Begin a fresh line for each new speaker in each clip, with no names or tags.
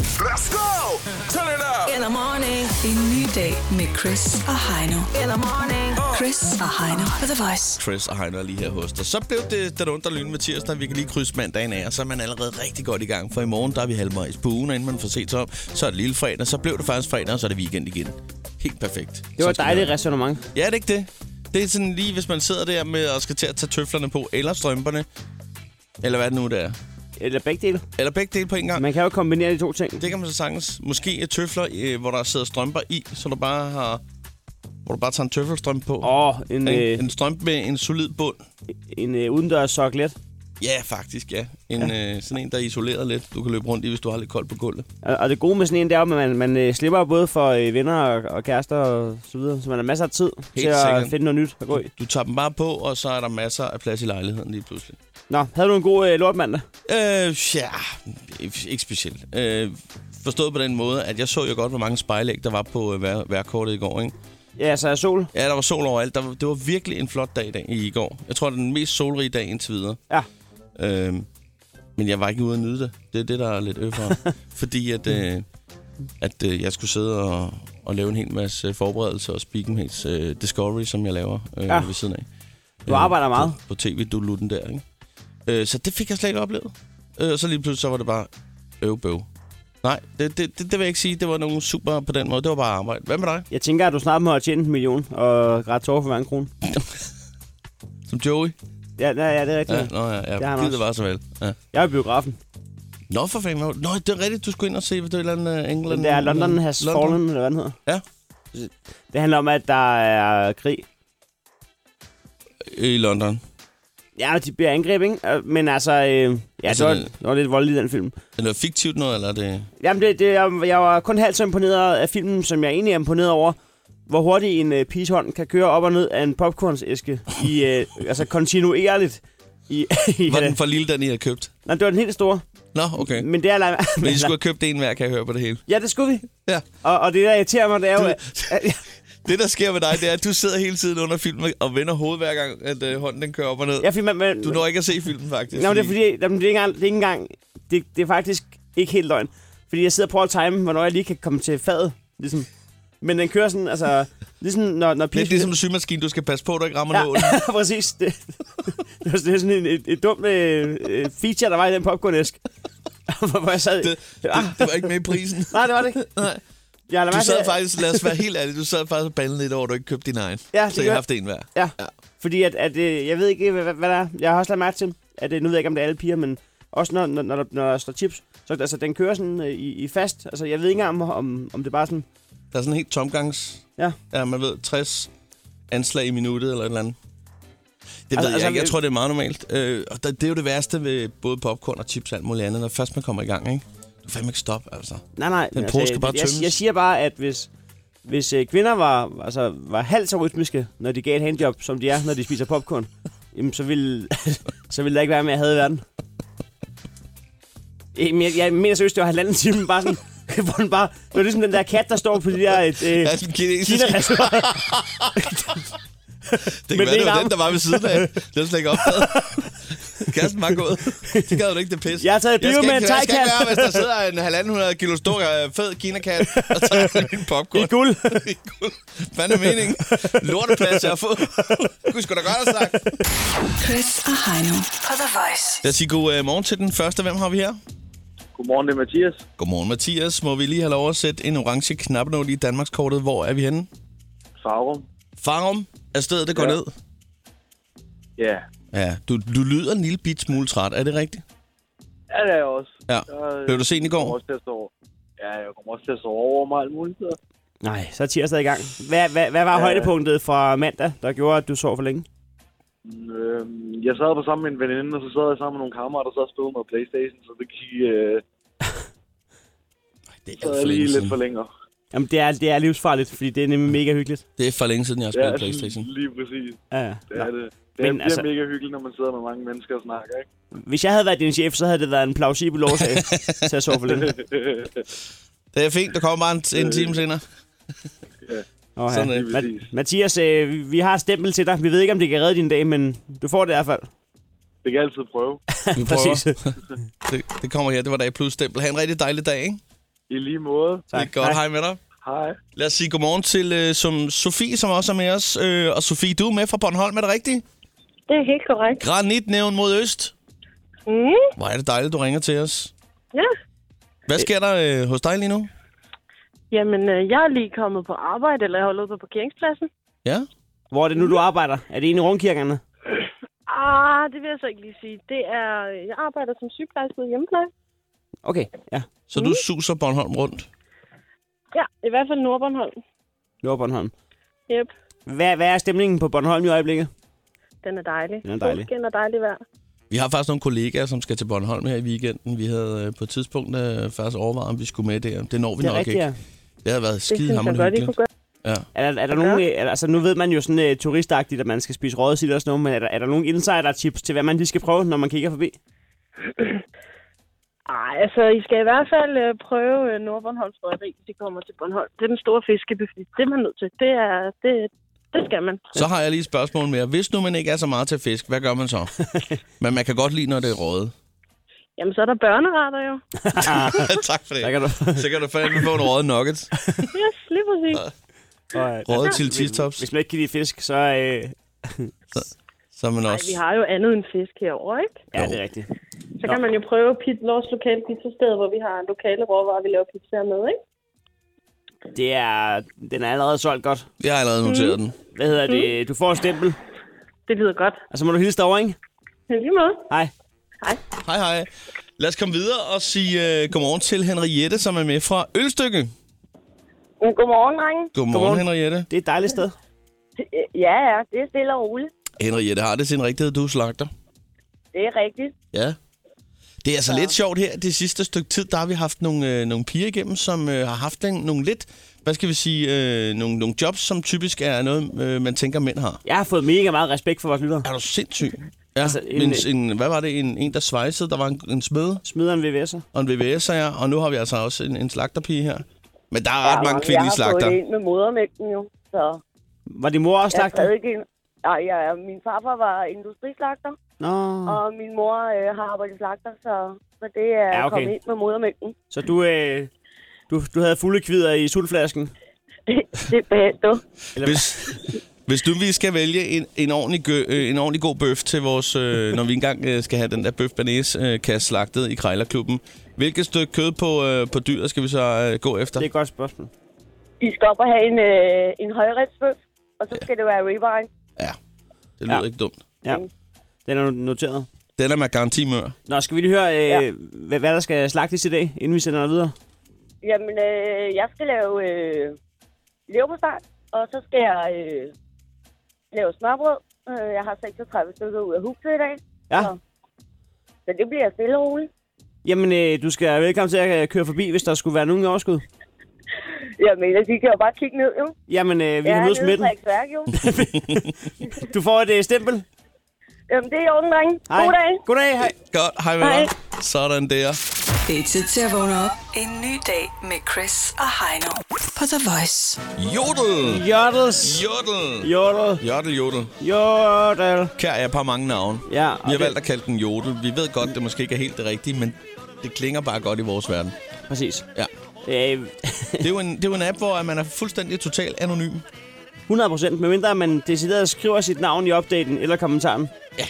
Let's go! Turn it up!
Eller morning. En ny dag med Chris og Heino. Eller morning. Chris og Heino på The Voice.
Chris og Heino er lige her hos dig. Så blev det den under lyn med tirsdag. Vi kan lige krydse mandagen af, og så er man allerede rigtig godt i gang. For i morgen, der er vi halvmøjs på ugen, og inden man får set sig om, så er det lille fredag. Så blev det faktisk fredag, og så er det weekend igen. Helt perfekt.
Det var
Sådan
et
skal
dejligt
være.
resonemang.
Ja, er det ikke det? Det er sådan lige, hvis man sidder der med og skal til at tage tøflerne på, eller strømperne, eller hvad det nu det er.
Eller begge dele.
Eller begge dele på en gang.
Man kan jo kombinere de to ting.
Det kan man så sagtens. Måske et tøfler, øh, hvor der sidder strømper i, så du bare har... Hvor du bare tager en tøffelstrømpe på.
Åh, en,
Ikke?
øh,
En strømpe med en solid bund.
en øh, udendørs soklet.
Ja, faktisk, ja. En, ja. Øh, sådan en, der er isoleret lidt. Du kan løbe rundt i, hvis du har lidt koldt på gulvet.
Og, og det gode med sådan en, det er, jo, at man, man øh, slipper jo både for øh, venner og, og kærester og så videre. Så man har masser af tid Helt til
sikkert.
at finde noget nyt at gå i.
Du tager dem bare på, og så er der masser af plads i lejligheden lige pludselig.
Nå, havde du en god øh, lortmandag?
Øh, ja, ikke- ikke specielt. Øh, forstået på den måde, at jeg så jo godt, hvor mange spejlæg, der var på øh, vejr- vejrkortet i går, ikke?
Ja, så er sol.
Ja, der var sol overalt. Der, var- det var virkelig en flot dag i, dag i går. Jeg tror, det er den mest solrige dag indtil videre.
Ja.
Øhm, men jeg var ikke ude at nyde det. Det er det, der er lidt øffere. fordi at, øh, at øh, jeg skulle sidde og, og lave en hel masse forberedelser og speak en hel øh, Discovery, som jeg laver øh, ja.
Ja.
ved siden af. Øh,
Du arbejder meget.
På, på tv, du lutten der, ikke? Øh, så det fik jeg slet ikke oplevet. Øh, og så lige pludselig så var det bare øvbøv. Nej, det, det, det, det vil jeg ikke sige. Det var nogen super på den måde. Det var bare arbejde. Hvad med dig?
Jeg tænker, at du snart må have tjent en million og grædt tårer for hver en krone.
Som Joey?
Ja, ja, ja, det er rigtigt.
Ja,
Ja.
nå ja,
har
ja.
han
Gid det
også.
var så vel. Ja.
Jeg er i biografen.
Nå, for fanden. hvor- Nå, det er rigtigt, du skulle ind og se, hvad det er et eller andet øh, England...
Den der London has
London.
fallen, eller hvad den hedder.
Ja.
Det handler om, at der er krig.
I London.
Ja, de bliver angrebet, ikke? Øh, Men altså, øh, ja,
Altså,
altså, det,
det-
var, det var lidt voldeligt, den film.
Er det fiktivt noget, eller er det...
Jamen, det, det, jeg, jeg var kun halvt så imponeret af filmen, som jeg egentlig er imponeret over, hvor hurtigt en øh, piges hånd kan køre op og ned af en popcornsæske. I, øh, altså kontinuerligt. I, i,
Var den for lille, den I har købt?
Nej, det var den helt store.
Nå, okay.
Men det er... Men,
Men I skulle have købt en hver, kan jeg høre på det hele.
Ja, det skulle vi.
Ja.
Og, og det, der irriterer mig, det er jo...
Det-
at- at-
Det, der sker med dig, det er, at du sidder hele tiden under filmen og vender hovedet hver gang, at øh, hånden den kører op og ned.
Ja, fordi man, man,
Du når ikke at se filmen, faktisk.
Nå, men det er fordi, jamen, det er ikke engang, det er, ikke engang det, det er faktisk ikke helt løgn. Fordi jeg sidder og prøver at time, hvornår jeg lige kan komme til fadet, ligesom. Men den kører sådan, altså, ligesom når, når
Lidt ligesom en symaskine, du skal passe på, du ikke rammer ja. nålen.
Ja, præcis. Det, det, var, det var sådan en, et, et dumt øh, øh, feature, der var i den popcornæsk. hvor hvor jeg sad... Ah,
Det, det, det, var ikke med i prisen.
Nej, det var det ikke.
Nej.
Jeg lader
Du
mærke til,
sad
at-
faktisk, lad os være helt ærlig, du sad faktisk og bandede lidt over, at du ikke købte din egen.
Ja, det
så jeg
gør-
har haft en hver.
Ja,
Ja.
ja. fordi at, at, øh, jeg ved ikke, hvad, hvad, hvad der er. Jeg har også lagt mærke til, at øh, nu ved jeg ikke, om det er alle piger, men også når, når, når, der, når der står chips, så altså, den kører sådan øh, i, i fast. Altså, jeg ved ikke engang, om, om, om det bare er sådan...
Der er sådan helt tomgangs...
Ja.
Ja, man ved, 60 anslag i minuttet eller et eller andet. Det ved altså,
Altså-
jeg
altså,
ikke. Jeg
øh,
tror, det er meget normalt. Øh, og der- det er jo det værste ved både popcorn og chips og alt muligt andet. Når først man kommer i gang, ikke? Du kan fandme ikke stoppe, altså.
Nej, nej.
Den pose skal
jeg-
bare
jeg,
tømmes.
jeg, siger bare, at hvis, hvis øh, kvinder var, altså, var halvt så rytmiske, når de gav et handjob, som de er, når de spiser popcorn, jamen, så ville, så ville der ikke være mere had i verden. Jamen, jeg, jeg mener seriøst, det var halvanden time, bare sådan, hvor den bare, det var ligesom den der kat, der står på de der... Et, øh,
Ja, den kinesiske, det
Kina-restauranter.
kan
med
være, det
den
var
arm.
den, der var ved siden af. Det var slet ikke opdaget. Kassen var gået. Det gad du ikke, det pis.
Jeg har taget et
skal
bid med
ikke-
en
Jeg skal
thai-kat.
ikke være, hvis der sidder en halvanden hundrede kilo stor øh, fed kinakat og tager en popcorn.
I guld.
Hvad er meningen? Lorteplads, jeg har fået. Gud, skulle da godt have sagt.
Chris og Heino på The Voice.
Lad os sige god øh, morgen til den første. Hvem har vi her?
Godmorgen, det er Mathias.
Godmorgen, Mathias. Må vi lige have lov at sætte en orange knapnål i Danmarkskortet? Hvor er vi henne?
Farum.
Farum er stedet, det går ja.
Ja.
ned.
Ja,
Ja, du, du lyder en lille bit smule træt. Er det rigtigt?
ja det er jeg også.
Ja.
Jeg,
Blev du sent i
Jeg kommer
går?
også til at sove. Ja, jeg kommer også til at sove over mig alt muligt. Så.
Nej, så er tirsdag i gang. Hvad, hvad, hvad var
Ja.
højdepunktet fra mandag, der gjorde, at du sov for længe?
Øh, jeg sad på sammen med en veninde, og så sad jeg sammen med nogle kammerater, der sad og spillede noget Playstation, så det gik øh,
Det
så er jeg lige lidt for længere.
Jamen, det er, det er livsfarligt, fordi det er nemlig mega hyggeligt.
Det er for længe siden, jeg har
Ja,
spillet PlayStation.
lige præcis.
Ja, ja.
Det
Nå.
er det. Det
Men
er, altså...
altså-
mega hyggeligt, når man sidder med mange mennesker og snakker, ikke?
Hvis jeg havde været din chef, så havde det været en plausibel årsag til at sove for længe.
Det er fint, der kommer bare en,
Øh,
en time senere.
Oh, ja.
Sådan er det.
Ma-
Præcis.
Mathias, øh, vi- vi har et stempel til dig. Vi ved ikke, om det kan redde din dag, men du får det i hvert fald.
Det kan jeg altid prøve.
Vi prøver. Det, det kommer her, det var dag plus stempel. Ha' en rigtig dejlig dag, ikke?
I lige måde.
Det er godt. Hej med dig.
Hej.
Lad os sige godmorgen til øh, som Sofie, som også er med os. Øh, og Sofie, du er med fra Bornholm, er det rigtigt?
Det er helt korrekt.
Granitnævn mod øst.
Mm,
Hvor er det dejligt, du ringer til os.
ja.
Hvad sker der øh, hos dig lige nu?
Jamen, øh, jeg er lige kommet på arbejde, eller jeg holder ude på parkeringspladsen.
Ja?
Hvor er det nu, du arbejder? Er det en i rundkirkerne?
Ah, det vil jeg så ikke lige sige. Det er, øh, jeg arbejder som sygeplejerske ude i hjemmepleje.
Okay, ja.
Så du suser Bornholm rundt.
Ja, i hvert fald Nordbornholm.
Nu Bornholm.
Yep,
Hvad, hvad er stemningen på Bornholm i øjeblikket?
den er dejlig.
Den er dejlig.
Solskin og dejlig vejr.
Vi har faktisk nogle kollegaer, som skal til Bornholm her i weekenden. Vi havde øh, på et tidspunkt øh, faktisk overvejet, om vi skulle med der. Det når vi
Det er
nok
rigtigt,
ikke.
ja.
Det har været
Det
skide
synes jeg godt, I kunne gøre.
Er der, er der nogen, øh, er der, altså nu ved man jo sådan øh, turistagtigt, at man skal spise rådsild og sådan noget, men er der, er der nogen insider-tips til, hvad man lige skal prøve, når man kigger forbi?
Ej, altså, I skal i hvert fald øh, prøve øh, Nordbornholms Røgeri, hvis I kommer til Bornholm. Det er den store fiskeby, fordi det er man nødt til. Det, er, det, det skal man.
Så har jeg lige et spørgsmål mere. Hvis nu man ikke er så meget til fisk, hvad gør man så? Men man kan godt lide, når det er røget.
Jamen, så er der børneretter jo.
tak for det.
Der kan du...
Så kan du fandme få en røget nugget.
Yes, lige præcis.
og, øh,
Røget til tistops,
hvis man ikke kan lide fisk, så øh,
så er man
Ej,
også...
vi har jo andet end fisk herovre, ikke?
ja,
Jo.
det er rigtigt.
Så kan man jo prøve pit, vores lokale pizzasted, hvor vi har lokale råvarer, vi laver pizzaer med, ikke?
Det er, den er allerede solgt godt.
Jeg har allerede noteret den.
Hvad hedder
Mm.
det? Du får et stempel,
Det lyder godt.
og så må du hilse dig over, ikke?
Men lige måde.
Hej.
Hej, hej. Lad os komme videre og sige uh, godmorgen til Henriette, som er med fra Ølstykke.
Men Mm, godmorgen, drenge. øh,
Godmorgen, godmorgen.
Godmorgen.
Henriette.
Det er et dejligt sted.
Ja, ja, det er stille og roligt.
Henriette, har det sin rigtighed, du er slagter?
Det er rigtigt.
Ja. Det er altså ja. lidt sjovt her. Det sidste stykke tid, der har vi haft nogle, øh, nogle piger igennem, som øh, har haft en, nogle lidt, hvad skal vi sige, øh, nogle, nogle jobs, som typisk er noget, øh, man tænker, mænd har.
Jeg har fået mega meget respekt for vores lyttere.
Er du sindssyg? Ja, altså,
en-
en, en, en, hvad var det? En, en der svejsede, der var en, en smed
Smider en VVS'er.
og en VVS'er, ja, og nu har vi altså også en, en slagterpige her. Men der er ret mange kvindelige slagter.
Jeg har fået med modermægten jo, så
Var din mor også
jeg er
slagter?
stadig ikke... Nej, jeg er, min farfar var industrislagter,
Nå.
og min mor øh, har arbejdet slagter, så, så det er
Ja,
ja, okay.
okay.
kommet ind med modermægten.
Så du, øh, du, du havde fulde kvider i sultflasken?
Det, det er behæftet.
Hvis, hvis du vi skal vælge en, en, ordentlig gø, øh, en ordentlig god bøf til vores, øh, når vi engang øh, skal have den der bøf banæs øh, kasse slagtet i Krejlerklubben, hvilket stykke kød på, øh, på dyret skal vi så øh, gå efter?
Det er et godt spørgsmål.
I skal op og have en, øh, en højretsbøf, og så skal det være ribeye.
Ja, det lyder
Ja.
ja. ikke dumt.
Ja. Den er noteret.
Den er med garanti mør.
Nå, skal vi lige høre, øh,
Ja.
hvad, hvad der skal slagtes i dag, inden vi sender dig videre?
Jamen, øh, jeg skal lave øh, leverpostej, og så skal jeg øh, lave smørbrød. Øh, jeg har 36 stykker ud af huset i dag,
Ja.
Ja. så det bliver stille og roligt.
Jamen, øh, du skal være velkommen til at øh, køre forbi, hvis der skulle være nogen i overskud.
Jamen, de kan jo bare kigge ned, jo.
Jamen, øh, vi
jeg
kan mødes
nede
på
i
midten.
Frederiksværk, jo.
Du får et øh, stempel.
Jamen, det er i orden, drenge. God dag.
Goddag, hej.
Godt, hej med
Hej.
dig. Sådan der.
Det er tid til at vågne op. En ny dag med Chris og Heino på The Voice.
Jodel!
Jodels.
Jodel!
Jodel.
Jodel, jodel.
Jodel.
Kær er et par mange navne.
Ja,
Vi har
okay.
valgt at kalde den jodel. Vi ved godt, det måske ikke er helt det rigtige, men det klinger bare godt i vores verden.
Præcis.
Ja.
Øh,
Det er jo en, det er jo en app, hvor man er fuldstændig totalt anonym.
100 procent, medmindre man decideret skriver sit navn i opdateringen eller kommentaren.
Ja.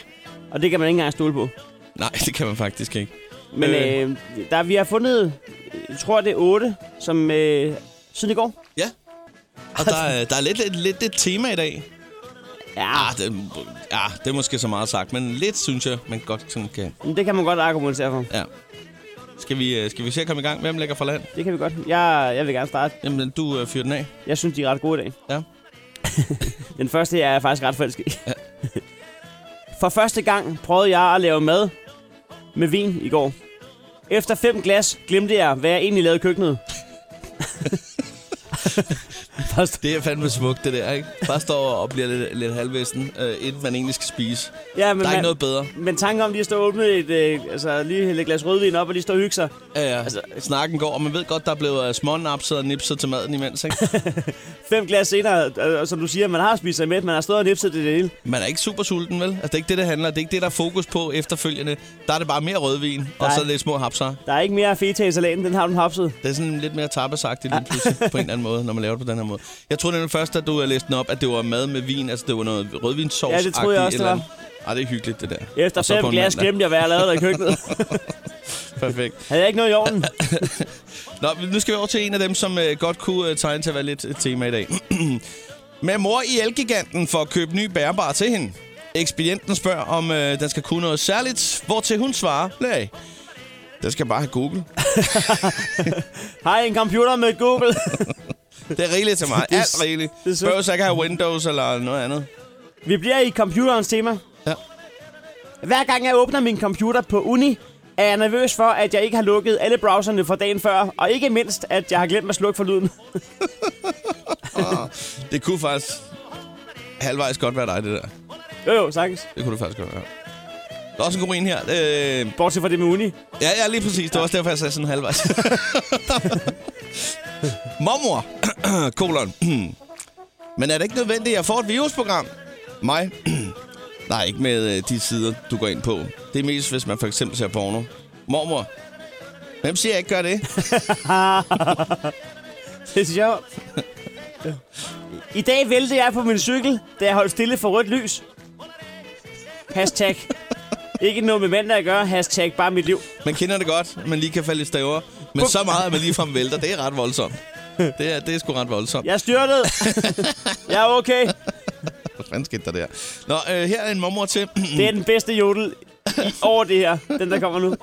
Og det kan man ikke engang stole på.
Nej, det kan man faktisk ikke.
Men
Øh.
øh. Øh, der, vi har fundet, jeg tror det er 8, som øh, siden i går.
Ja. Og der, er- der er lidt, lidt, lidt et tema i dag.
Ja,
Ah, det, ja, det er måske så meget sagt, men lidt synes jeg, man godt sådan kan...
men det kan man godt argumentere for.
Ja. Skal vi, øh, skal vi se at komme i gang? Hvem lægger for land?
Det kan vi godt. Jeg, jeg vil gerne starte.
Jamen, du øh, fyrer den af.
Jeg synes, de er ret gode i dag.
Ja.
Den første, jeg er faktisk ret forelsket i. For første gang prøvede jeg at lave mad med vin i går. Efter fem glas glemte jeg, hvad jeg egentlig lavede i køkkenet.
Det er fandme smukt, det der, ikke? Bare står og bliver lidt, lidt halvvesten, øh, inden man egentlig skal spise.
Ja,
Men der er ikke noget bedre.
Men tanken om lige at stå og åbne et, øh, altså lige hælde et glas rødvin op og lige stå og hygge sig.
Ja, ja. Altså, snakken går, og man ved godt, der er blevet uh, smånapset og nipset til maden imens, ikke?
Fem glas senere, øh, og som du siger, man har spist sig med, man har stået og nipset det hele.
Man er ikke super sulten, vel? Altså, det er ikke det, det handler. Det er ikke det, der er fokus på efterfølgende. Der er det bare mere rødvin, Nej. og
Nej.
så lidt små hapser.
Der er ikke mere feta i salaten, den har du hapset.
Det er sådan lidt mere tapasagtigt
Ah.
lige pludselig, på en eller anden måde, når man laver det på den her måde. Jeg troede nemlig først, at du havde læst den op, at det var mad med vin. Altså, det var noget rødvinssovs
Ja, det troede jeg også, det var.
Ej, det er hyggeligt, det der.
Efter
Og så
fem
på en
glas
mandag.
glemte jeg, hvad jeg lavede der i køkkenet.
Perfekt.
Havde jeg ikke noget i ovnen?
Nå, nu skal vi over til en af dem, som øh, godt kunne øh, tegne til at være lidt et tema i dag. Med mor i Elgiganten for at købe ny bærbar til hende. Ekspedienten spørger, om øh, den skal kunne noget særligt, til hun svarer, nej, den skal bare have Google.
Har I en computer med Google?
Det er rigeligt til mig.
Det er
Alt
s-
rigeligt.
det er så-
Behøver så ikke have Windows eller noget andet.
Vi bliver i computerens tema.
Ja.
Hver gang jeg åbner min computer på uni, er jeg nervøs for, at jeg ikke har lukket alle browserne fra dagen før, og ikke mindst, at jeg har glemt at slukke for lyden.
Det kunne faktisk halvvejs godt være dig, det der.
Jo jo, sagtens.
Det kunne det faktisk godt være. Der er også en god en her. Øh,
Bortset fra det med uni.
Ja, ja, lige præcis. Det var også derfor, jeg sagde sådan halvvejs. Mormor, kolon. Men er det ikke nødvendigt, at jeg får et virusprogram? Mig? Nej, ikke med øh, de sider, du går ind på. Det er mest, hvis man for eksempel ser porno. Mormor, hvem siger, jeg ikke gør det?
Det er sjovt. I dag væltede jeg på min cykel, da jeg holdt stille for rødt lys. Hashtag. Ikke noget med mænd, der gør. Hashtag bare mit liv.
Man kender det godt, man lige kan falde i staver. Men så meget, at man ligefrem vælter, det er ret voldsomt. Det er, det er sgu ret voldsomt.
Jeg styrtede. jeg er okay.
Hvad fanden skete der der? Nå, øh, her er en mormor til.
Det er den bedste jodel i- over det her. Den, der kommer nu.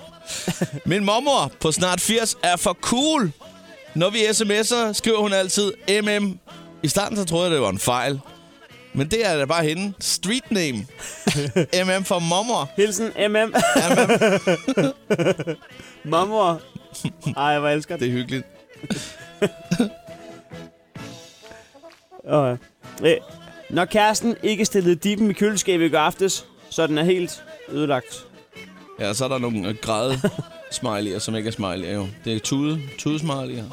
Min mormor på snart 80 er for cool. Når vi sms'er, skriver hun altid MM. I starten så troede jeg, det var en fejl. Men det er da bare hende. Street name. MM for mormor.
Hilsen, MM. Mamor. Ej, hvor elsker
Det
det.
er hyggeligt.
Og, øh, når kæresten ikke stillede dippen i køleskabet i går aftes, så den er helt ødelagt.
Ja, og så er der nogle øh, græde smiley'er, som ikke er smiley'er jo. Det er tude, tude smiley'er.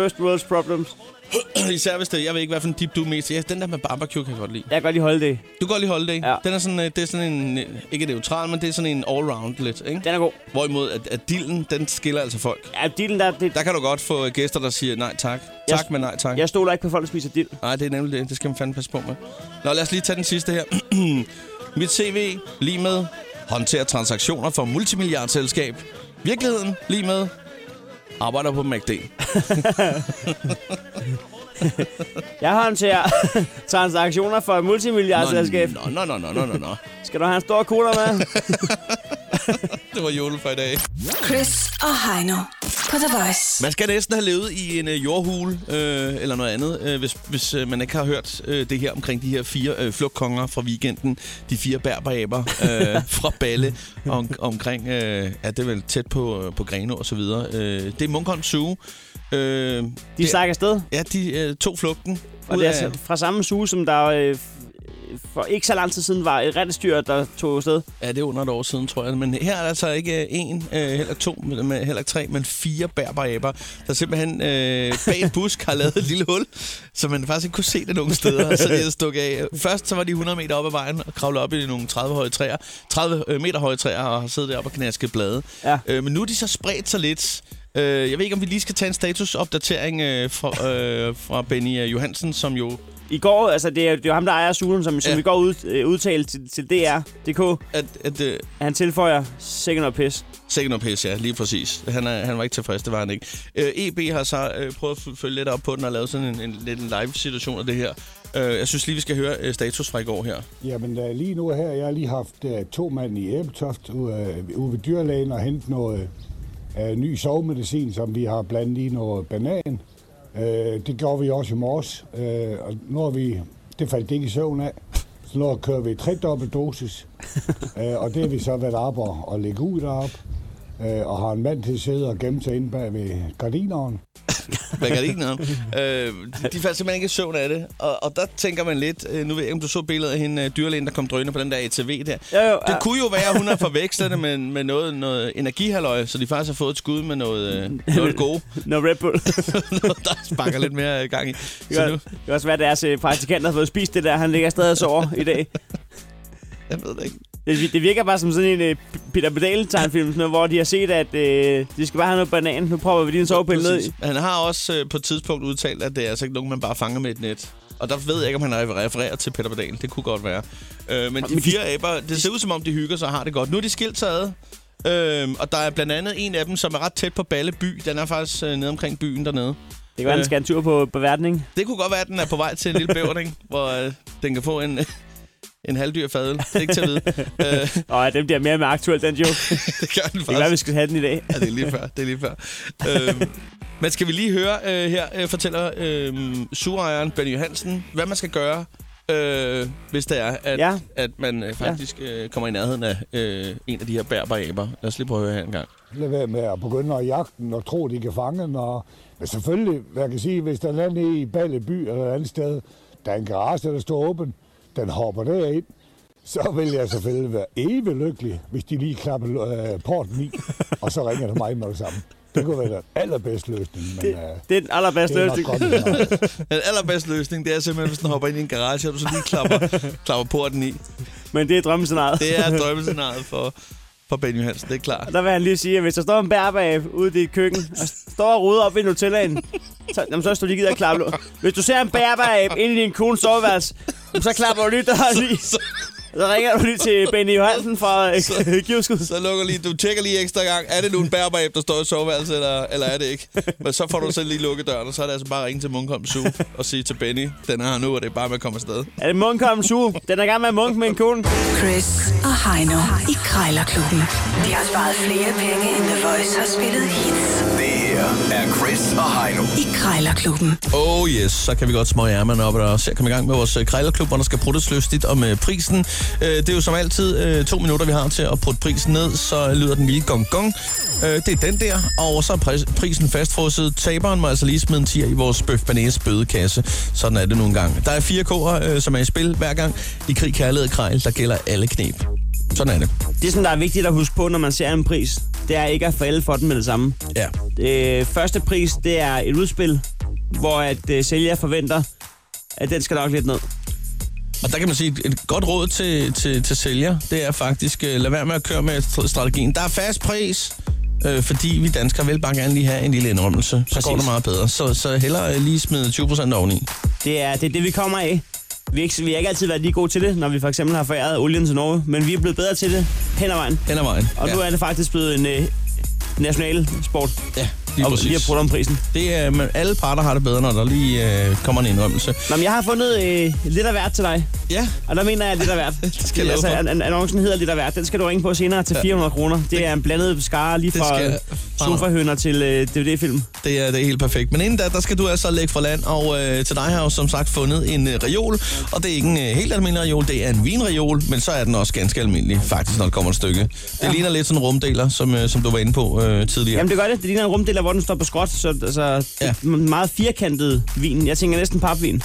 First world's problems.
Især hvis det, jeg ved ikke, hvad for en dip du er mest. Ja, den der med barbecue kan jeg godt lide.
Jeg kan godt lige holde det.
Du kan godt lide holiday.
Ja.
Den er sådan, øh, det er sådan en, øh, ikke neutral, men det er sådan en all-round lidt, ikke?
Den er god.
Hvorimod, at, at dillen, den skiller altså folk.
Ja, dillen der, det,
Der kan du godt få øh, gæster, der siger nej tak.
Jeg-
Tak, men nej tak.
jeg stoler ikke på, at folk der spiser dild.
Nej, det er nemlig det. Det skal man fandme passe på med. Nå, lad os lige tage den sidste her. Mit CV, lige med. Håndterer transaktioner for multimilliardselskab. Virkeligheden, lige med. Arbejder på MACD.
Jeg håndterer transaktioner for et multimilliardselskab.
Nå, nå, nå, nå, nå, nå, nå.
Skal du have en stor kutter med?
Det var jule for i dag.
Chris og Heino på The Voice.
Man skal næsten have levet i en øh, jordhule øh, eller noget andet, øh, hvis, hvis øh, man ikke har hørt øh, det her omkring de her fire øh, flugtkonger fra weekenden. De fire bærbaraber øh, fra Balle om, omkring, øh, ja, det er vel tæt på, øh, på Greno og så videre. Øh, det er Munkholm Zoo. Øh, de
De snakker afsted.
Ja, de øh, tog flugten.
Og
ud
det er
af-
altså fra samme suge, som der øh, for ikke så lang tid siden var et rettestyr, der tog afsted.
Ja, det er under et år siden, tror jeg. Men her er der altså ikke øh, en, øh, heller ikke to, men, men heller ikke tre, men fire bærbaraber, der simpelthen øh, bag en busk har lavet et lille hul, så man faktisk ikke kunne se det nogen steder, så de havde stukket af. Først så var de 100 meter op ad vejen og kravlede op i nogle 30, høje træer, 30 øh, meter høje træer og har siddet deroppe og knasket blade.
Ja.
Øh, men nu er de så spredt sig lidt. Øh, jeg ved ikke, om vi lige skal tage en statusopdatering øh, fra, øh, fra Benny øh, Johansen, som jo
I går, altså det er, det er jo ham, der ejer Sulen, som, som
Ja.
i går ud, øh, udtalte til, til DR.dk,
at, at øh,
at han tilføjer second og pis.
Second og pis, ja, lige præcis. Han, er, han var ikke tilfreds, det var han ikke. Øh, EB har så øh, prøvet at f- følge lidt op på den og lavet sådan en, en, lidt en live-situation af det her. Øh, jeg synes lige, vi skal høre øh, status fra i går her.
Jamen øh, lige nu her, jeg har lige haft øh, to mand i Æbeltoft ude, øh, ude ved dyrlægen og hentet noget øh, ny sovemedicin, som vi har blandet i noget banan. Øh, det gjorde vi også i morges, øh, og nu har vi, det faldt det ikke i søvn af. Så nu kører vi tredobbelt dosis, øh, og det har vi så været op og, og lægge ud deroppe. øh, og har en mand til at sidde og gemme sig inde bag ved gardineren.
Man kan ikke noget om. Øh, de faldt simpelthen ikke i søvn af det. Og, og der tænker man lidt, øh, nu ved jeg ikke, om du så billedet af hende, øh, dyrlægen, der kom drøne på den der ATV der.
Jo, jo, ah,
det
ja.
kunne jo være, at hun har forvekslet det med, med noget, noget energihalløj, så de faktisk har fået et skud med noget, øh, noget gode.
Når Red Bull...
noget, der sparker lidt mere øh, gang i.
Det
Så
kan,
Altså, nu,
det kan også være, at deres øh, praktikant har fået spist det der. Han ligger stadig og sover i dag.
jeg ved det ikke.
Det, vi- det virker bare som sådan en øh, Peter Pedale-tegnfilm, sådan noget, hvor de har set, at øh, de skal bare have noget banan. Nu propper vi din sovepille ned i.
Præcis. Han har også øh, på et tidspunkt udtalt, at det er altså ikke nogen, man bare fanger med et net. Og der ved jeg ikke, om han refererer til Peter Pedal. Det kunne godt være. Øh, men de
men de-
fire aber, det ser ud som om, de hygger sig og har det godt. Nu er de skilt ad. Øhm, og der er blandt andet en af dem, som er ret tæt på Balle by. Den er faktisk øh, nede omkring byen dernede.
Det kan være, at han skal en tur på, på verden, ikke?
Det kunne godt være, at den er på vej til en lille bævring, hvor øh, den kan få en, en halvdyr fadel. Det er ikke til at vide. øh,
Og den bliver mere og mere aktuel, den joke.
det gør den
Det kan være, at vi
faktisk.
skal have den i dag.
Ja, det er lige før. Det er lige før. øhm, men skal vi lige høre øh, her, øh, fortæller øh, surejeren Benny Johansen, hvad man skal gøre, øh, hvis det er, at, ja.
Ja.
at man øh, faktisk øh, kommer i nærheden af øh, en af de her bærbare aber. Lad os lige prøve at høre her en gang.
Lad være med at begynde at jagte den og tro, de kan fange den. Og, men selvfølgelig, hvad jeg kan sige, hvis der er nede i Balle by eller et andet sted, der er en garage, der står åben, den hopper derind, så vil jeg selvfølgelig være evig lykkelig, hvis de lige klapper øh, porten i, og så ringer til mig med det samme. Det kunne være den allerbedste løsning, men det, øh, det
Det er den allerbedste
er nok
løsning.
godt. nok.
Den allerbedste løsning, det er simpelthen, hvis den hopper ind i en garage, og du så lige klapper, klapper porten i.
Men det er drømmescenariet.
Det er drømmescenariet for, for Benny Johansen, det er klart.
Og der vil han lige sige, at hvis der står en bærbag ude i dit køkken, og står og ruder op i Nutellaen, så, jamen, så står lige gider at klappe. Hvis du ser en bærbag inde i din kones soveværelse, jamen, så klapper du lige døren i.
Så,
Så ringer du lige til Benny Johansen fra øh, Givskud.
så lukker lige, du tjekker lige ekstra gang, er det nu en bærbar der står i soveværelset, eller, eller er det ikke? Men så får du selv lige lukket døren, og så er det altså bare at ringe til Munkholm Zoo og sige til Benny, den er her nu, og det er bare med at komme afsted.
Er det Munkholm Zoo? Den er i gang med at munke med en kone.
Chris og Heino i Krejlerklubben. De har sparet flere penge, end The Voice har spillet hits
Det her er Chris og Heino.
i Krejlerklubben.
Oh yes, så kan vi godt smøge ærmerne op, og der også komme i gang med vores øh, krejlerklub, hvor der skal pruttes lystigt om øh, prisen. Øh, det er jo som altid øh, to minutter, vi har til at prutte prisen ned, så lyder den lille gong gong. Øh, det er den der, og så er pris- prisen fastfrosset. Taberen må altså lige smide en tier i vores bøf banæs bødekasse. Sådan er det nogle gange. Der er fire k'er, øh, som er i spil hver gang. I krig, kærlighed og krejl, der gælder alle knep. Sådan er det.
Det, som der er vigtigt at huske på, når man ser en pris, det er ikke at falde for den med det samme.
Ja.
Øh, første pris, det er et udspil, hvor at øh, sælger forventer, at den skal nok lidt ned.
Og der kan man sige, et- et godt råd til, til, til sælger, det er faktisk, øh, lad være med at køre med str- strategien. Der er fast pris, øh, fordi vi danskere vil bare gerne lige have en lille indrømmelse. Så går
Præcis.
det meget bedre. Så, så hellere øh, lige smide 20% oveni.
Det er det, er det vi kommer af. Vi, er ikke, vi har ikke altid været lige gode til det, når vi for eksempel har foræret olien til Norge, men vi er blevet bedre til det hen ad vejen.
Hen ad vejen.
Og ja. nu er det faktisk blevet en øh, national sport.
Ja, lige
og
præcis.
lige at bruge om prisen.
Det er, men alle parter har det bedre, når der lige øh, kommer en indrømmelse.
Nå, men jeg har fundet øh, lidt af hvert til dig,
Ja,
og der mener jeg lidt af hvert.
Det skal jeg
altså,
love for.
an- an- annoncen hedder lidt af hvert. Den skal du ringe på senere til 400 kroner. Det er en blandet skare lige
Det
fra
skal-
øh, sofahønder til øh, DVD-film.
det er, det er helt perfekt. Men inden da, der skal du altså lægge fra land, og øh, til dig har jeg jo som sagt fundet en øh, reol. Og det er ikke en øh, helt almindelig reol, det er en vinreol, men så er den også ganske almindelig, faktisk, når det kommer et stykke. Det ja. ligner lidt sådan en rumdeler, som, øh, som du var inde på øh, tidligere.
Jamen det gør det. Det ligner en rumdeler, hvor den står på skråt. Så altså,
Ja.
ja. meget firkantet vin. Jeg tænker næsten papvin.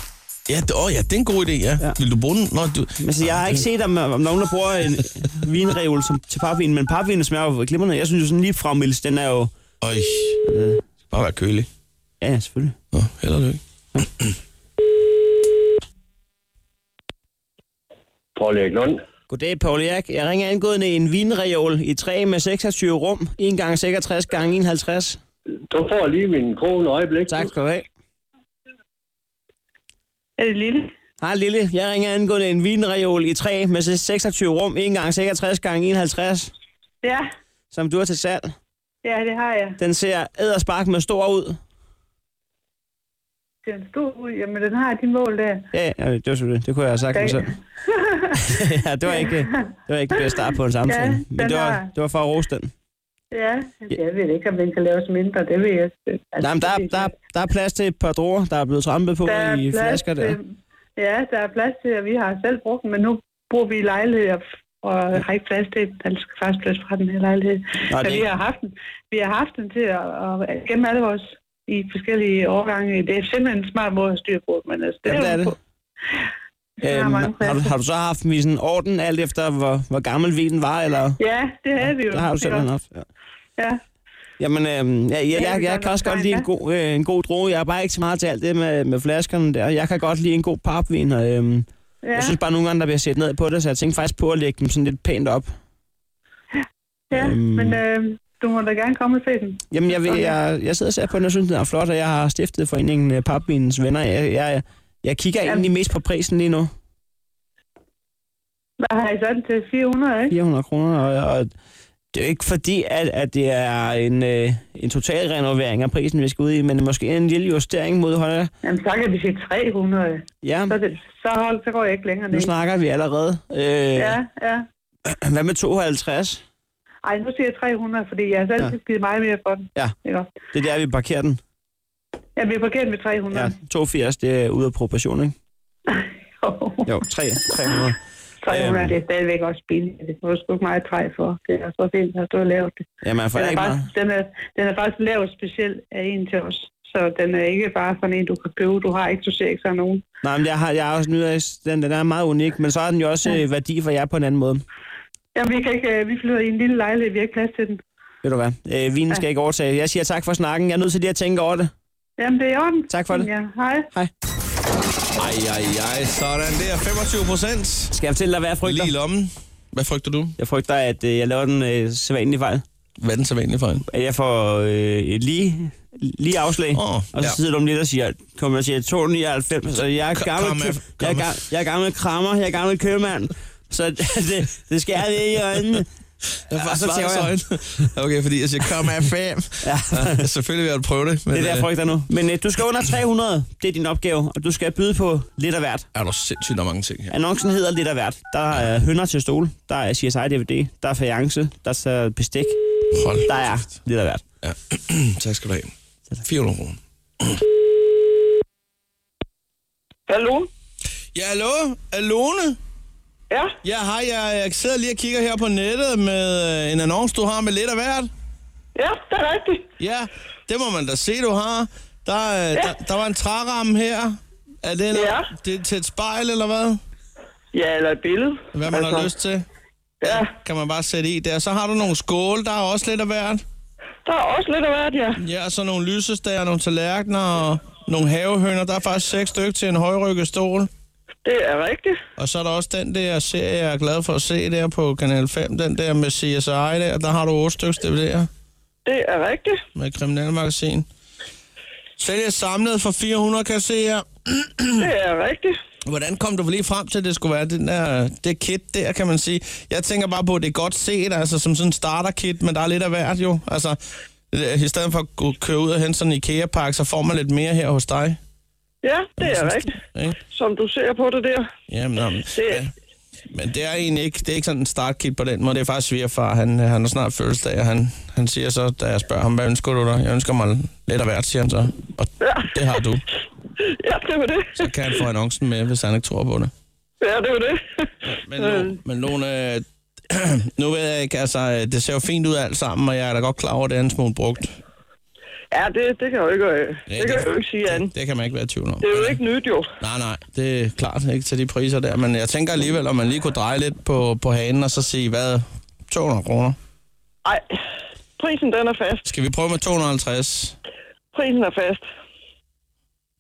Ja, det, åh, ja, det er en god idé, ja. ja.
Ja.
Vil du bruge den? Nå, du,
Men Altså, jeg har ikke set, om, om nogen, der bruger en vinreol som, til papvin, men papvinen smager jo glimrende. Jeg synes jo sådan lige fra Mils, den er jo...
Øj, skal bare være kølig.
Ja, selvfølgelig.
Nå, held og lykke.
Paul Erik Lund.
Goddag, Paul Erik. Jeg ringer angående en vinreol i træ med 26 rum, 1 gange 66 gange 51.
Du får lige min krone øjeblik.
Tak skal du have.
Er det lille?
Hej Lille, jeg ringer angående en vinreol i træ med 26 rum, 1 gange 66 gange 51,
Ja,
som du har til salg.
ja det har jeg.
Den ser æderspark med stor ud.
Den stod ud. Jamen, den har de mål der.
Ja, ja, det var selvfølgelig det. Det kunne jeg have sagt mig selv. ja, det var ikke det, var ikke det bedste start på en samtale.
Ja,
men det var,
den er-
det var for at rose den.
Ja, jeg ved ikke, om den kan laves mindre. Det ved jeg ikke. Altså,
Nej, men der, er- der, er- der er plads til et par druer, der er blevet trampet på
der er
i
plads
flasker der.
til- Ja, der er plads til, at vi har selv brugt den, men nu bruger vi lejligheder og har ikke plads til et dansk fastplads fra den her lejlighed.
Nå,
Så
det-
vi har haft den, vi har haft den til at, at gemme alle vores i forskellige årgange. Det er simpelthen en smart måde at styre på, men altså,
Jamen, det er
jo-
det.
har
Øhm,
mange
har, du, har du så haft dem i sådan orden, alt efter hvor, hvor gammel vinen var, eller?
Ja, det havde vi jo.
Det har du simpelthen haft. Ja.
Ja.
Jamen, øhm, ja, ja, jeg, jeg kan også godt lide en god, øh, en god droge. Jeg er bare ikke så meget til alt det med, med flaskerne der. Jeg kan godt lide en god papvin, og øhm, ja.
Ja,
jeg synes bare nogle gange, der bliver set ned på det, så jeg tænkte faktisk på at lægge dem sådan lidt pænt op.
ja.
øhm.
men øh, du må da gerne komme og se den.
Jamen, jeg, ved,
Okay.
jeg, jeg sidder og ser på den og synes, den er flot, og jeg har stiftet foreningen øh, Papvinens Venner. Jeg, jeg, jeg kigger egentlig mest på prisen lige nu.
Hvad har I sådan til 400, ikke?
400 kroner, og, og det er jo ikke fordi, at, at det er en, øh, en total renovering af prisen, vi skal ud i, men måske en lille justering mod højre.
Jamen, så kan vi sige 300.
Ja,
Så, er det, så, hold, så går jeg ikke længere ned.
nu snakker vi allerede. Øh,
Ja, ja.
Hvad med 52?
Ej, nu siger jeg 300, fordi jeg har selv
Ja.
ja. givet meget mere for den.
Ja.
Ikke?
Det er der, vi parkerer den.
Jeg bliver parkeret med 300.
Ja,
Ja.
82, det er ude af proportion, ikke? Jo, 3, 300.
300,
øhm.
det er stadigvæk også billigt. Det er sgu ikke meget træ for. Det er så fint, at du har lavet det.
Ja, man får
Den er,
ikke meget.
faktisk, den, er, den er faktisk lavet specielt af en til os. Så den er ikke bare sådan en, du kan købe. Du har ikke, du ser ikke sådan nogen.
Nej, men jeg har, jeg har også nyt af, den, den er meget unik, men så har den jo også øh, værdi for jer på en anden måde.
Jamen, vi, kan ikke, øh, vi flytter i en lille lejlighed. Vi har ikke plads til den.
Ved du hvad? Øh, vinen skal ikke overtage. Jeg siger tak for snakken. Jeg er nødt til lige at tænke over det.
Jamen, det er i orden.
Tak for det.
Ja, hej.
Ej, ej, ej, sådan der. 25 procent.
Skal jeg fortælle dig, hvad jeg frygter?
Lige i lommen. Hvad frygter du?
Jeg frygter, at øh, jeg laver den øh, sædvanlige fejl.
Hvad er den så vanlige fejl?
At jeg får øh, et lige, lige afslag,
Åh,
og så
ja.
sidder du om lidt og siger, kommer og siger 299, så jeg er
Kom-
gammel,
kom med,
køb-
kom
jeg, er
med.
gammel, jeg er gammel krammer, jeg er gammel købmand. Så det, det skærer det i øjnene.
Jeg har
Og så
bare
tæver jeg.
svaret i Okay, fordi jeg siger, kom af fem.
Ja.
ja, selvfølgelig vil jeg prøve det. Men,
Det er der, jeg
øh,
frygter nu. Men øh, du skal under 300. Det er din opgave, og du skal byde på lidt af hvert.
øh, er der sindssygt der er mange ting her.
Annoncen hedder lidt af hvert. Der er hønder til stol, der er CSI-DVD, der er fajance, der er bestik,
Hold
der er
kæft.
lidt af hvert.
Ja. tak skal du have. 400 kroner.
Hallo?
Ja, hallo? Alone?
Ja,
Ja, hej. Jeg, jeg sidder lige og kigger her på nettet med øh, en annonce, du har med lidt af hvert.
ja, det er rigtigt.
Ja, det må man da se, du har. Der, ja. der, der var en træramme her. Er det, en,
Ja.
det er til et spejl, eller hvad?
Ja, eller et billede. Altså,
Hvad man
Altså-
har lyst til.
Ja,
Kan man bare sætte i der. Så har du nogle skåle, der er også lidt af hvert.
der er også lidt af hvert, ja.
Ja, og så nogle lysestager, nogle tallerkener og nogle havehønder. Der er faktisk seks stykker til en højrykket stol.
Det er rigtigt.
Og så er der også den der serie, jeg er glad for at se der på Kanal 5. Den der med CSI der. Der har du otte stykker DVD'er
Det er rigtigt.
med Kriminalmagasin. Sælger samlet for 400, kan jeg se her. Mm.
Det er rigtigt.
Hvordan kom du lige frem til, at det skulle være den der, det kit der, kan man sige? Jeg tænker bare på, at det er godt set, altså som sådan en starter-kit, men der er lidt af hvert jo. Altså, øh, i stedet for at gå- køre ud og hente sådan en IKEA-pakke, så får man lidt mere her hos dig.
Ja, det
Hvad
er
synes
rigtigt.
du? Ikke?
Som du ser på det der.
Jamen, nå, men,
Det-
ja. men det er egentlig ikke, det er ikke sådan en startkit på den måde. Det er faktisk svigerfar, han, øh, han har snart fødselsdag, og han, han siger så, da jeg spørger ham, hvad ønsker du dig? Jeg ønsker mig lidt af hvert, siger han så. Og det har du.
Ja, det var det.
Så kan han få annoncen med, hvis han ikke tror på det.
Ja, det var det.
Men,
Øh.
Lo- men Lone, øh, nu ved jeg ikke, altså, øh, det ser jo fint ud alt sammen, og jeg er da godt klar over, at det er en smule brugt.
Ja, det, det kan jeg jo ikke, øh, det kan jeg jo ikke sige andet.
Det, det kan man ikke være i tvivl om.
Det er jo ikke nyt, jo.
Nej, nej, det er klart ikke til de priser der, men jeg tænker alligevel, om man lige kunne dreje lidt på, på hanen og så sige, hvad, 200 kroner?
Ej, prisen den er fast.
Skal vi prøve med 250,
Prisen er fast.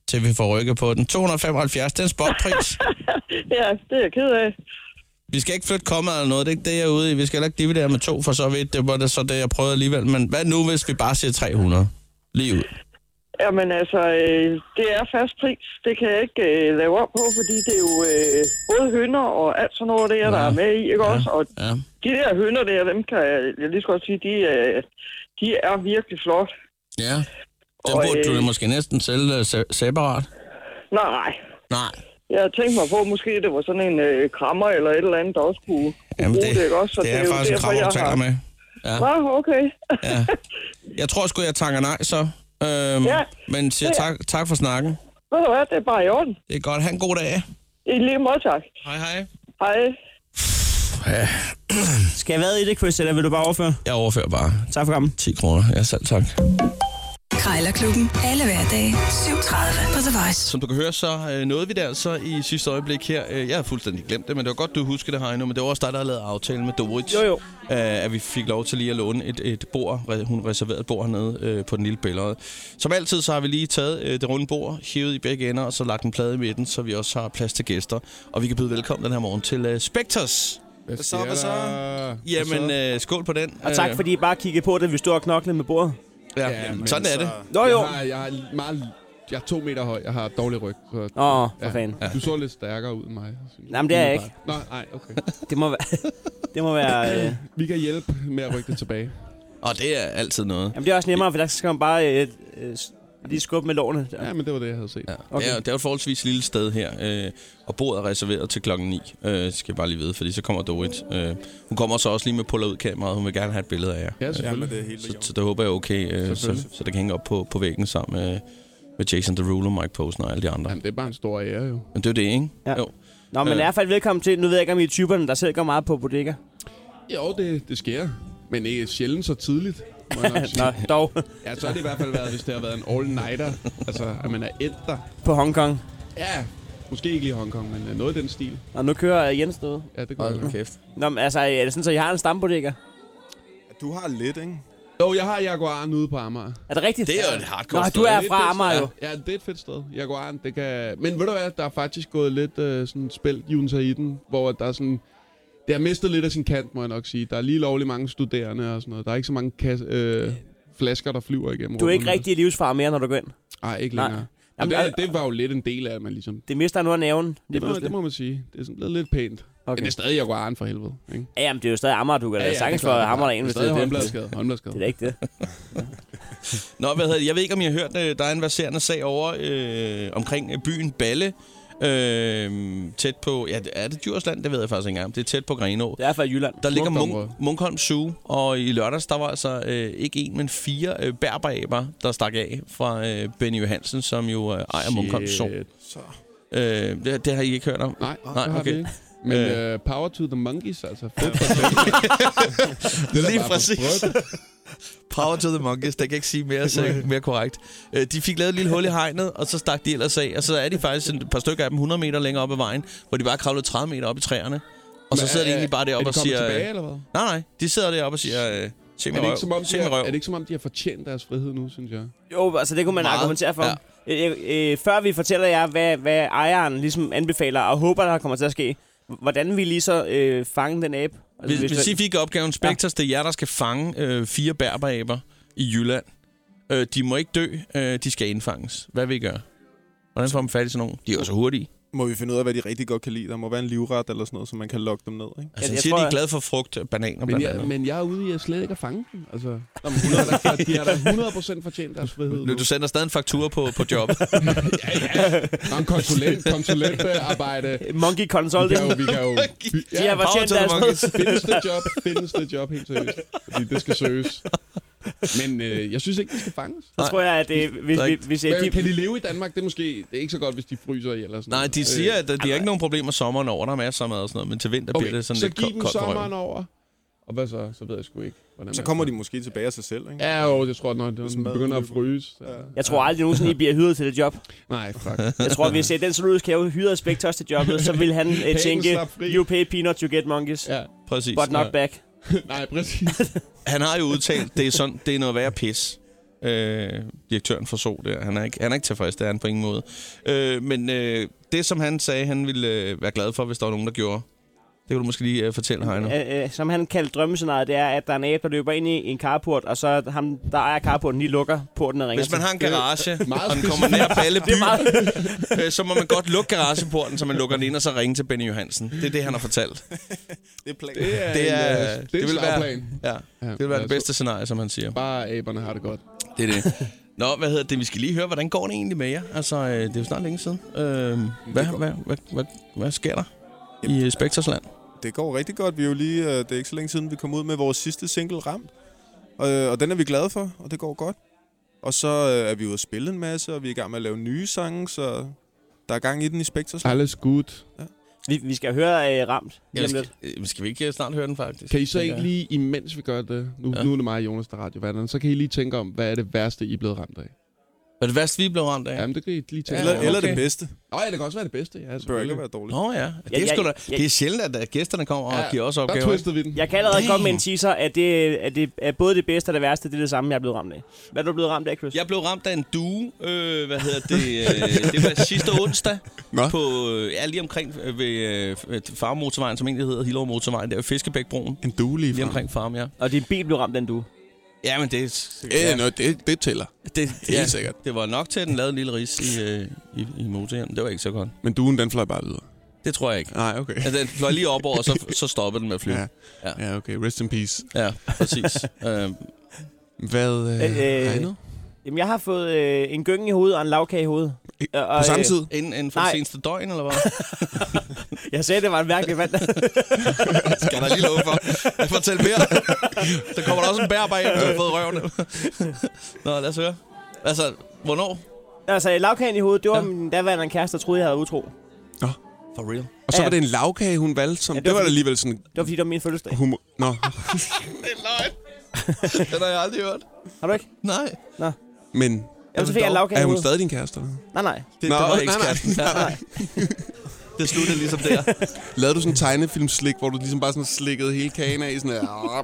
til vi får rykket på den? 275, det er en spotpris.
Ja, det er jeg ked af.
vi skal ikke flytte kommet eller noget, det er ikke det, jeg er ude i. Vi skal heller ikke dividere med to, for så vidt, det var det, så det, jeg prøvede alligevel. Men hvad nu, hvis vi bare siger 300? Lige ud.
Jamen altså, øh, det er fast pris. Det kan jeg ikke øh, lave op på, fordi det er jo øh, både hønder og alt sådan noget der, der
Ja.
er med i, ikke
Ja.
også? Og
Ja.
de der hønder der, dem kan jeg, jeg lige så godt sige, de, øh, de er virkelig flot.
Ja. Den
Og,
burde du
øh,
da måske næsten sælge øh, se- separat.
Nej,
Nej.
jeg tænkte mig på, måske det var sådan en øh, krammer eller et eller andet, der også kunne, kunne bruge det, ikke også? Så
det er,
jo
faktisk en
derfor,
krav,
jeg
du taler
har-
med. Ja,
Nå, okay.
ja. Jeg tror sgu, jeg takker nej, så. Øhm,
Ja.
Men siger
Ja, ja.
tak, tak for snakken.
Ved du hvad, det er bare i orden.
Det er godt. Ha' en god dag.
I lige måde, tak.
Hej, hej.
Hej.
Ja,
Skal jeg være i det, Chris, eller vil du bare overføre?
jeg overfører bare
Tak for kampen.
10 kroner. Ja, selv tak.
Krejlerklubben. Alle hverdage 7.30 på The Voice.
Som du kan høre, så øh, nåede vi det altså i sidste øjeblik her. Øh, jeg har fuldstændig glemt det, men det var godt, du husker det, Heino. Men det var også dig, der havde lavet aftalen med Dorit.
Jo, jo.
Øh, at vi fik lov til lige at låne et, et bord. Re- Hun reserverede et bord hernede øh, på den lille billede. Som altid, så har vi lige taget øh, det runde bord, hævet i begge ender, og så lagt en plade i midten, så vi også har plads til gæster. Og vi kan byde velkommen den her morgen til øh, Spectres. Hvad så, hvad så? Jamen, øh, skål på den.
Og tak, fordi I bare kiggede på, da vi stod og knoklede med bordet.
Ja, ja men sådan er det.
Nå jo.
Jeg, har, jeg, er meget, jeg er to meter høj. Jeg har dårlig ryg. Så
Åh, for fanden.
Du så lidt stærkere ud end mig. synes jeg.
Jamen, det er jeg ikke.
Nå, nej, okay.
Det må være... det må være øh,
Vi kan hjælpe med at rykke det tilbage.
Og det er altid noget.
jamen, det er også nemmere, for der skal man bare øh, øh, s- lige skubbe med lårene.
Ja, men det var det, jeg havde set.
Ja, okay. det, er, det er jo et forholdsvis lille sted her, øh, og bordet er reserveret til klokken 9, øh, skal jeg bare lige vide, fordi så kommer Dorit. Øh, hun kommer så også lige med puller ud kameraet, hun vil gerne have et billede af jer.
Ja, selvfølgelig.
Øh, så, så det håber jeg er okay, øh, så, så det kan hænge op på, på væggen sammen med, med Jason Derulo, Mike Posen og alle de andre.
Jamen, det er bare en stor ære, jo.
Men det er jo det, ikke?
Ja.
Jo.
Nå, men i
Øh.
hvert fald velkommen til. Nu ved jeg ikke, om I er typerne, der selv går meget på bodega.
Jo, det, det sker. Men ikke sjældent så tidligt. Må jeg nok sige.
Nå, dog.
Ja, så har det i hvert fald været, hvis det har været en all-nighter. Altså, at man er ældre.
på Hongkong.
Ja, måske ikke lige Hongkong, men øh, noget i den stil.
Og nu kører øh, Jens derude.
Ja, det går
Hold nu
okay.
kæft.
Nå, men altså, er det sådan, så I har en stambodega?
Du har lidt, ikke?
Jo, jeg har Jaguaren ude på Amager.
Er det rigtigt?
Det er jo et hardcore
Nå,
sted.
du er
Det er
fra
fedt.
Amager jo.
Ja, det er et fedt sted. Jaguaren, det kan... Men ved du hvad, der er faktisk gået lidt øh, sådan spil Junta i den, hvor der er sådan... Det har mistet lidt af sin kant, må jeg nok sige. Der er lige lovlig mange studerende og sådan noget. Der er ikke så mange kasse, øh, flasker, der flyver igennem
Du er ikke
rummene.
rigtig i livsfar mere, når du går ind.
Nej, ikke
Nej.
længere. Nej.
Jamen,
Jamen, det,
al-
det, var jo lidt en del af, at man ligesom...
Det mister nu af næven.
Det,
Det
må, det
pludselig.
må man sige. Det er sådan blevet lidt pænt. Okay. Men det er stadig Jaguaren for helvede. Ikke?
Ja, jamen, det er jo stadig Amager, du kan da ja, ja, sagtens få
det er klart.
Amager
Det
derinde,
er
hvis det
stadig
er
håndbladskade.
det.
håndbladskade.
Det er da ikke det.
Nå, hvad hedder det? Jeg ved ikke, om I har hørt, øh, der er en verserende sag over øh, omkring øh, byen Balle. Øh, tæt på... Ja, er det Djursland? Det ved jeg faktisk ikke engang. Det er tæt på Grenå.
Det er fra Jylland.
Der ligger
område.
Munk- Munkholm Zoo, og i lørdags, der var altså øh, ikke en, men fire øh, berberaber, der stak af fra øh, Benny Johansen, som jo øh, ejer Munkholm Zoo.
Shit.
Øh, det, det har I ikke hørt om?
Nej,
Nej,
Nej det har
okay.
okay. vi ikke. Men
Øh.
øh, power to the monkeys, altså. Fedt for dem. det er da
Lige
bare på
præcis.
sprøjt.
Power to the monkeys, det kan jeg ikke sige mere, så, mere korrekt. Øh, de fik lavet et lille hul i hegnet, og så stak de ellers af, og så er de faktisk et par stykker af dem 100 meter længere op ad vejen, hvor de bare kravlede 30 meter op i træerne. Og så
Men
sidder de
er-
egentlig bare deroppe
er
og
de kommet
siger... øh,
tilbage, eller hvad?
Nej, nej, de sidder deroppe og siger... Øh, se
Er
med
det, ikke, som
røv,
om,
se
de
med
har,
røv.
er det ikke som om, de har fortjent deres frihed nu, synes jeg?
Jo, altså det kunne man
Meget.
Meget. argumentere for.
Ja.
Ja. Øh, øh, før vi fortæller jer, hvad, hvad ejeren ligesom anbefaler og håber, der kommer til at ske, hvordan vi lige så øh, fange den abe? Altså,
Hvis, hvis I fik opgaven Spectres, ja. det er jer, der skal fange øh, fire berberaber i Jylland. Øh, de må ikke dø, øh, de skal indfanges. Hvad vil I gøre? Hvordan får man fat i sådan nogen? De er jo så hurtige.
Må vi finde ud af, hvad de rigtig godt kan lide? Der må være en livret eller sådan noget, så man kan lokke dem ned, ikke?
Altså,
Ja,
ja,
jeg
siger,
tror,
de er
jeg-
glade for frugt og bananer
Men
blandt
jeg,
andet.
men jeg er ude i at slet ikke at fange dem. Altså, Nå, men hun har da for- de har da 100% fortjent deres frihed nu.
Men du sender stadig en faktura på, på job.
Nå, en konsulent, konsulentarbejde.
Monkey Console,
Vi
det,
kan jo... Vi kan jo
de har
ja,
Power
fortjent
to the
deres
monkeys.
findes det job, findes det job, helt seriøst. Fordi det skal søges. Men øh, jeg synes ikke, de skal fanges.
Så tror jeg, at øh, hvis,
Der er
hvis,
ikke-
hvis,
Men,
hvis,
kan de leve i Danmark? Det er måske det er ikke så godt, hvis de fryser ihjel. Eller sådan
Nej,
noget.
de siger,
Øh,
at øh, de har ikke nogen problemer sommeren over. Der er masser af mad og sådan noget, men til vinter okay, bliver det sådan
så
lidt
giv
ko-
dem
koldt på
sommeren
røven.
over. Og hvad så? Så ved jeg sgu ikke. Hvordan
Så
man-
kommer de måske tilbage af sig selv, ikke?
Ja, jo, det tror jeg nok.
Hvis
Det
maden
begynder at
løber.
fryse. Ja.
jeg tror aldrig nogensinde, I bliver hyret til det job.
Nej, fuck.
Jeg tror, hvis øh, den zoologisk have hyrede Spectre også til jobbet, så vil han øh, tænke,
slap fri.
you pay peanuts, you get monkeys,
ja.
Præcis.
but not back.
Nej, præcis.
Han har jo udtalt, det er, sådan, det er noget værre pis. Øh, direktøren for SO der. Han er, ikke, han er ikke tilfreds, det er han på ingen måde. Øh, men øh, det, som han sagde, han ville øh, være glad for, hvis der var nogen, der gjorde. Det kan du måske lige øh, fortælle, Heino.
Øh, øh, som han kaldte drømmescenariet, det er, at der er en abe, der løber ind i en carport, og så ham, der ejer carporten, lige lukker porten og ringer
Hvis
Altså,
man
til.
har en garage,
meget
og den kommer nær Balle by, øh, så må man godt lukke garageporten, så man lukker den ind og så ringe til Benny Johansen. Det er det, han har fortalt.
Det er planen.
Det er,
Det,
en, øh,
er,
det, er
vil være,
slagplan. altså-
ja, det vil være det bedste scenarie, som han siger.
Bare aberne har det godt.
Det er det. Nå, hvad hedder det? Vi skal lige høre, hvordan går det egentlig med jer? Altså, øh, det er jo snart længe siden. Øh, hvad, hvad, hvad, hvad, hvad sker der i øh, Spektorsland?
Det går rigtig godt. Vi er jo lige, øh, det er ikke så længe siden, vi kom ud med vores sidste single, Ramt. Og, og den er vi glade for, og det går godt. Og så øh, er vi ude at spille en masse, og vi er i gang med at lave nye sange, så der er gang i den i Spectres.
Alles gut.
Vi, vi skal høre uh, Ramt lige
Ja,
om
skal,
lidt.
øh, skal vi ikke øh, snart høre den, faktisk?
Kan I så
Tænker
ikke
jeg.
lige, imens vi gør det, nu,
Ja.
ja. nu er det mig og Jonas, der radioværterne, så kan I lige tænke om, hvad er det værste, I er blevet ramt af?
Hvad er det værste, vi blev ramt af?
Jamen, det kan I lige tænke
Eller-
over.
eller det bedste.
Nå ja, det kan også være det bedste, ja.
Det bør ikke være dårligt.
Nå ja, det er, sgu da, det er sjældent, at øh, gæsterne kommer og giver os opgaver. ikke?
Jeg kan allerede
Damn.
komme med en teaser, at det, at det er både det bedste og det værste, det er det samme, jeg er blevet ramt af. Hvad er du blevet ramt af, Chris?
Jeg blev ramt af en due, øh, hvad hedder det, øh, det var sidste onsdag, Nå. på, øh, ja, lige omkring øh, ved øh, Farmotorvejen, som egentlig hedder Hillerød Motorvejen, der ved Fiskebækbroen.
En due lige,
lige omkring Farm, ja.
Og din bil blev ramt af en due?
Ja, men det...
Ja, nå,
det, det tæller. Det,
Helt sikkert.
Det var nok til, at den lavede en lille ris i, øh, i, i motoren. Det var ikke så godt.
Men duen, den fløj bare videre.
Det tror jeg ikke.
Nej, okay.
Altså, den fløj lige op over, og så, så stoppede den med at flyve.
Ja.
Ja.
ja, okay. Rest in peace.
Ja, præcis. øhm.
Hvad øh, øh, øh,
jamen, jeg har fået øh, en gynge i hovedet og en lavkage i hovedet.
øh,
Og, og,
samme tid?
Inden, inden for
nej.
det seneste døgn, eller hvad?
Jeg sagde, det var en mærkelig mand.
Skal der lige love for. Fortæl mere. Der kommer der også en bær bare ind, du har fået røven. Nå, lad os høre. Altså, hvornår?
altså, lavkagen i hovedet, det var ja. min daværende kæreste, der troede, jeg havde været utro.
For real.
Og så
Ja.
var det en lavkage, hun valgte som... Ja,
Ja,
det, var, det var da alligevel sådan...
Det var, fordi det var min fødselsdag.
Humor. Nå.
Den har jeg aldrig hørt.
Har du ikke?
Nej.
Nå.
Men...
Jamen, så fik jeg en lavkage i
Er hun
hovedet.
stadig din kæreste? eller hvad?
Nej, nej.
Det,
Nå,
Nå, det var
nej,
ikke
nej,
skatten.
nej, nej.
Det sluttede ligesom der.
Lavede du sådan en tegnefilmslik, hvor du ligesom bare sådan slikkede hele kagen af? Sådan der,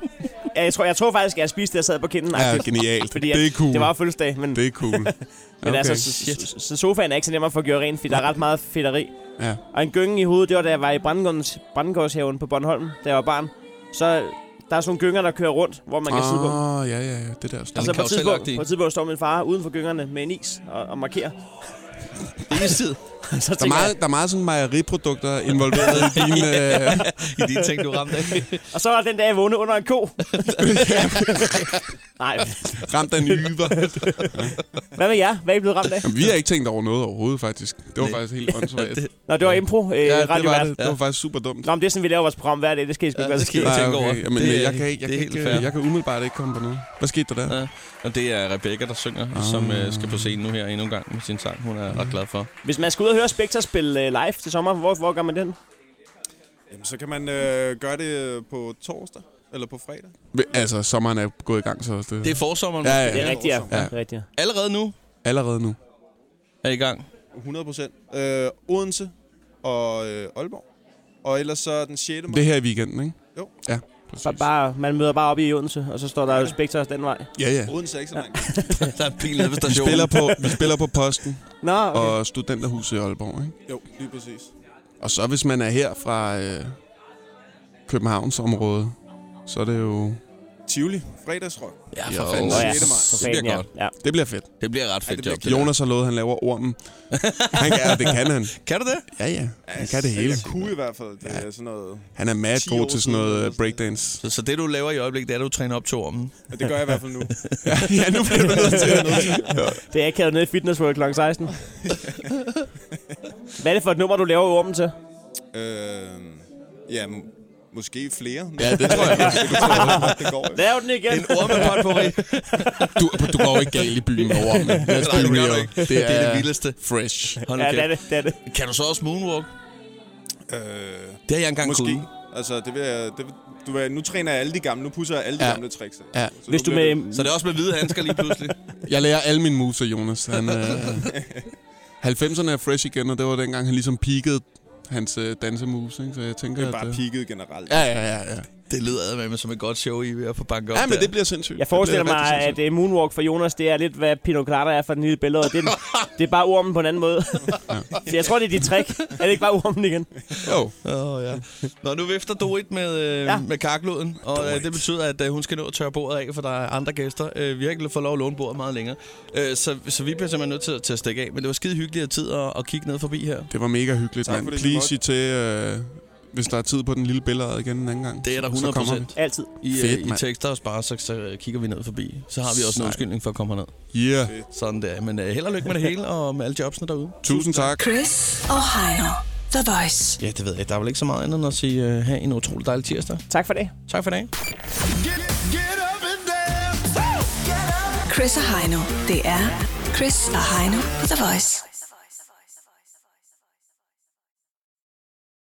Ja, jeg, tror, jeg tror faktisk, at jeg spiste det, jeg sad på kinden.
ja, genialt.
Fordi
det er cool.
Det var jo fødselsdag, men,
Det er cool.
men
Okay.
altså, så, så, så, sofaen er ikke så nem at få gjort rent, fordi der er ret meget fedteri.
Ja.
Og en gynge i hovedet, det var da jeg var i Brandgårds, Brandgårdshaven på Bornholm, da jeg var barn. Så der er sådan nogle gynger, der kører rundt, hvor Altså, man kan sidde på.
Åh, Ah, ja, ja, ja. Det der.
Og så på et, tidspunkt, på et tidspunkt står min far uden for gyngerne med en is og, og markerer.
Det er tid.
så
Der er,
tænker
meget, der er meget sådan mejeriprodukter involveret i dine... Øh,
I de ting, du ramte af.
jeg, og så var den dag, jeg vågnede under en ko. Nej,
ramt af nyver.
hvad med jer? Hvad er I blevet ramt af?
Jamen, vi har ikke tænkt over noget overhovedet, faktisk. Det var faktisk helt åndssvagt.
Nå, det var impro, øh, ja,
Ja, det var,
radiovært.
det. det var faktisk super dumt.
Nå, men det er sådan, vi laver vores program hver dag. Det skal I sgu
Ja,
ikke være så
det skal I ikke
skide.
tænke
Ah,
over.
okay. Jamen,
Det
men
er-
jeg kan, ikke, jeg,
det er
kan
helt
ikke, øh,
fair.
jeg kan umiddelbart ikke komme på noget. Hvad skete der der?
Ja. Og det er Rebecca, der synger, ah. som øh, skal på scenen nu her endnu en gang med sin sang, hun er ret glad for.
Hvis man skal ud og høre Spectre spille øh, live til sommer, hvor, hvor gør man den?
Jamen, så kan man...
Øh, gør det på torsdag? Eller på fredag?
Altså, sommeren er gået i gang, så det...
Det er forsommeren.
Ja, ja.
Det er rigtigt, ja.
Ja.
Det er rigtigt, ja.
Allerede nu
Allerede nu.
er I i gang.
100 procent. Øh, Odense og øh, Aalborg. Og ellers så den 6. maj.
Det her i weekenden, ikke?
Jo.
Ja, præcis.
Bare, bare, man møder bare op i Odense, og så står der jo Spectre den vej.
Ja, ja.
Odense er ikke så langt.
Der er en bil nede ved
Vi
stationen.
spiller på, vi spiller på Posten
Nå, okay.
og Studenterhuset i Aalborg, ikke?
Jo, lige præcis.
Og så hvis man er her fra øh, Københavnsområdet, så er det jo...
Tivoli. Fredagsrock.
Ja,
Jo.
for fanden.
Nå ja,
sjette maj.
for
Det
fanden,
bliver
ja.
godt.
ja.
Det bliver fedt.
Det bliver et ret fedt
det bliver
job. Det der.
Jonas har lovet, at han laver ormen. Han kan, ja, det kan han.
Kan du det?
Ja, ja. Han kan det hele.
Jeg kunne i hvert fald. Det er sådan noget...
Han er mad
10
god
år
til sådan
siden,
noget
eller
øh,
sådan
breakdance.
Så, så det, du laver i øjeblikket, det er, at du træner op til ormen.
Det gør jeg i hvert fald nu.
ja, nu bliver du nødt til
Det er akavet nede i Fitness World kl. 16. Hvad er det for et nummer, du laver ormen til?
øh, ja, m- måske flere.
Ja, det tror jeg.
det går jo.
Lav den igen!
En ormepot på rig.
Du, du går jo ikke galt i byen med ormen. Let's
Nej, det
be
gør du
real.
ikke. Det er det vildeste.
Fresh.
Hold nu
Ja,
kæft.
det er det. det, er det.
Kan du så også moonwalk?
Øh,
Det har jeg engang
måske.
kunne.
Altså, det vil jeg... Det vil, du vil, nu træner jeg alle de gamle. Nu pusser jeg alle de
Ja.
gamle tricks. af.
Ja.
Så
Hvis
nu
du
bliver det-
med...
Så det er også med hvide handsker lige pludselig.
Jeg lærer alle mine moves af Jonas. Han, øh, 90'erne er fresh igen, og det var dengang, han ligesom peakede hans øh, dansemoves. Ikke? Så jeg tænker,
Det er bare
at... øh,
peaked generelt.
ja, ja, ja, ja.
Det lyder ad med som et godt show, I er ved at få banket op
Ja, men
der.
det bliver sindssygt.
Jeg forestiller
Det bliver
mig,
rigtig
at øh, Moonwalk for Jonas, det er lidt, hvad Pino Colada er for den lille billede. Det er, den- det er bare ormen på en anden måde. Så jeg tror, det er dit trick. Er det ikke bare ormen igen?
sindssygt. Jo.
Åh, ja. Nå, nu vifter Dorit med, øh, ja.
Ja.
med karkloden, og øh, det betyder, at øh, hun skal nå at tørre bordet af, for der er andre gæster. Øh, vi har ikke fået lov at låne bordet meget længere, øh, så, så vi bliver simpelthen nødt til, til at stikke af. Men det var skide hyggeligt at tid at, at kigge ned forbi her.
Det var mega hyggeligt,
Tak
mand.
for det,
Please
Simon.
sig til, øh, hvis der er tid på den lille billede igen en anden gang.
Det er der
så- så
100
kommer
procent.
Altid.
I,
Fedt,
øh, I
mand.
tekster og sparer, så, så øh, kigger vi ned forbi. Så har vi også en
Sejt.
undskyldning for at komme herned.
vi. Yeah.
Sådan der. Men øh, held og lykke med det hele, og med alle jobsene derude.
Tusind tak.
Chris og Heino. The Voice.
Ja, det ved jeg. Der er vel ikke så meget andet end at sige, øh, have en utrolig dejlig tirsdag.
Tak for det.
Tak for i dag.
Chris og Heino. Det er Chris og Heino på The Voice.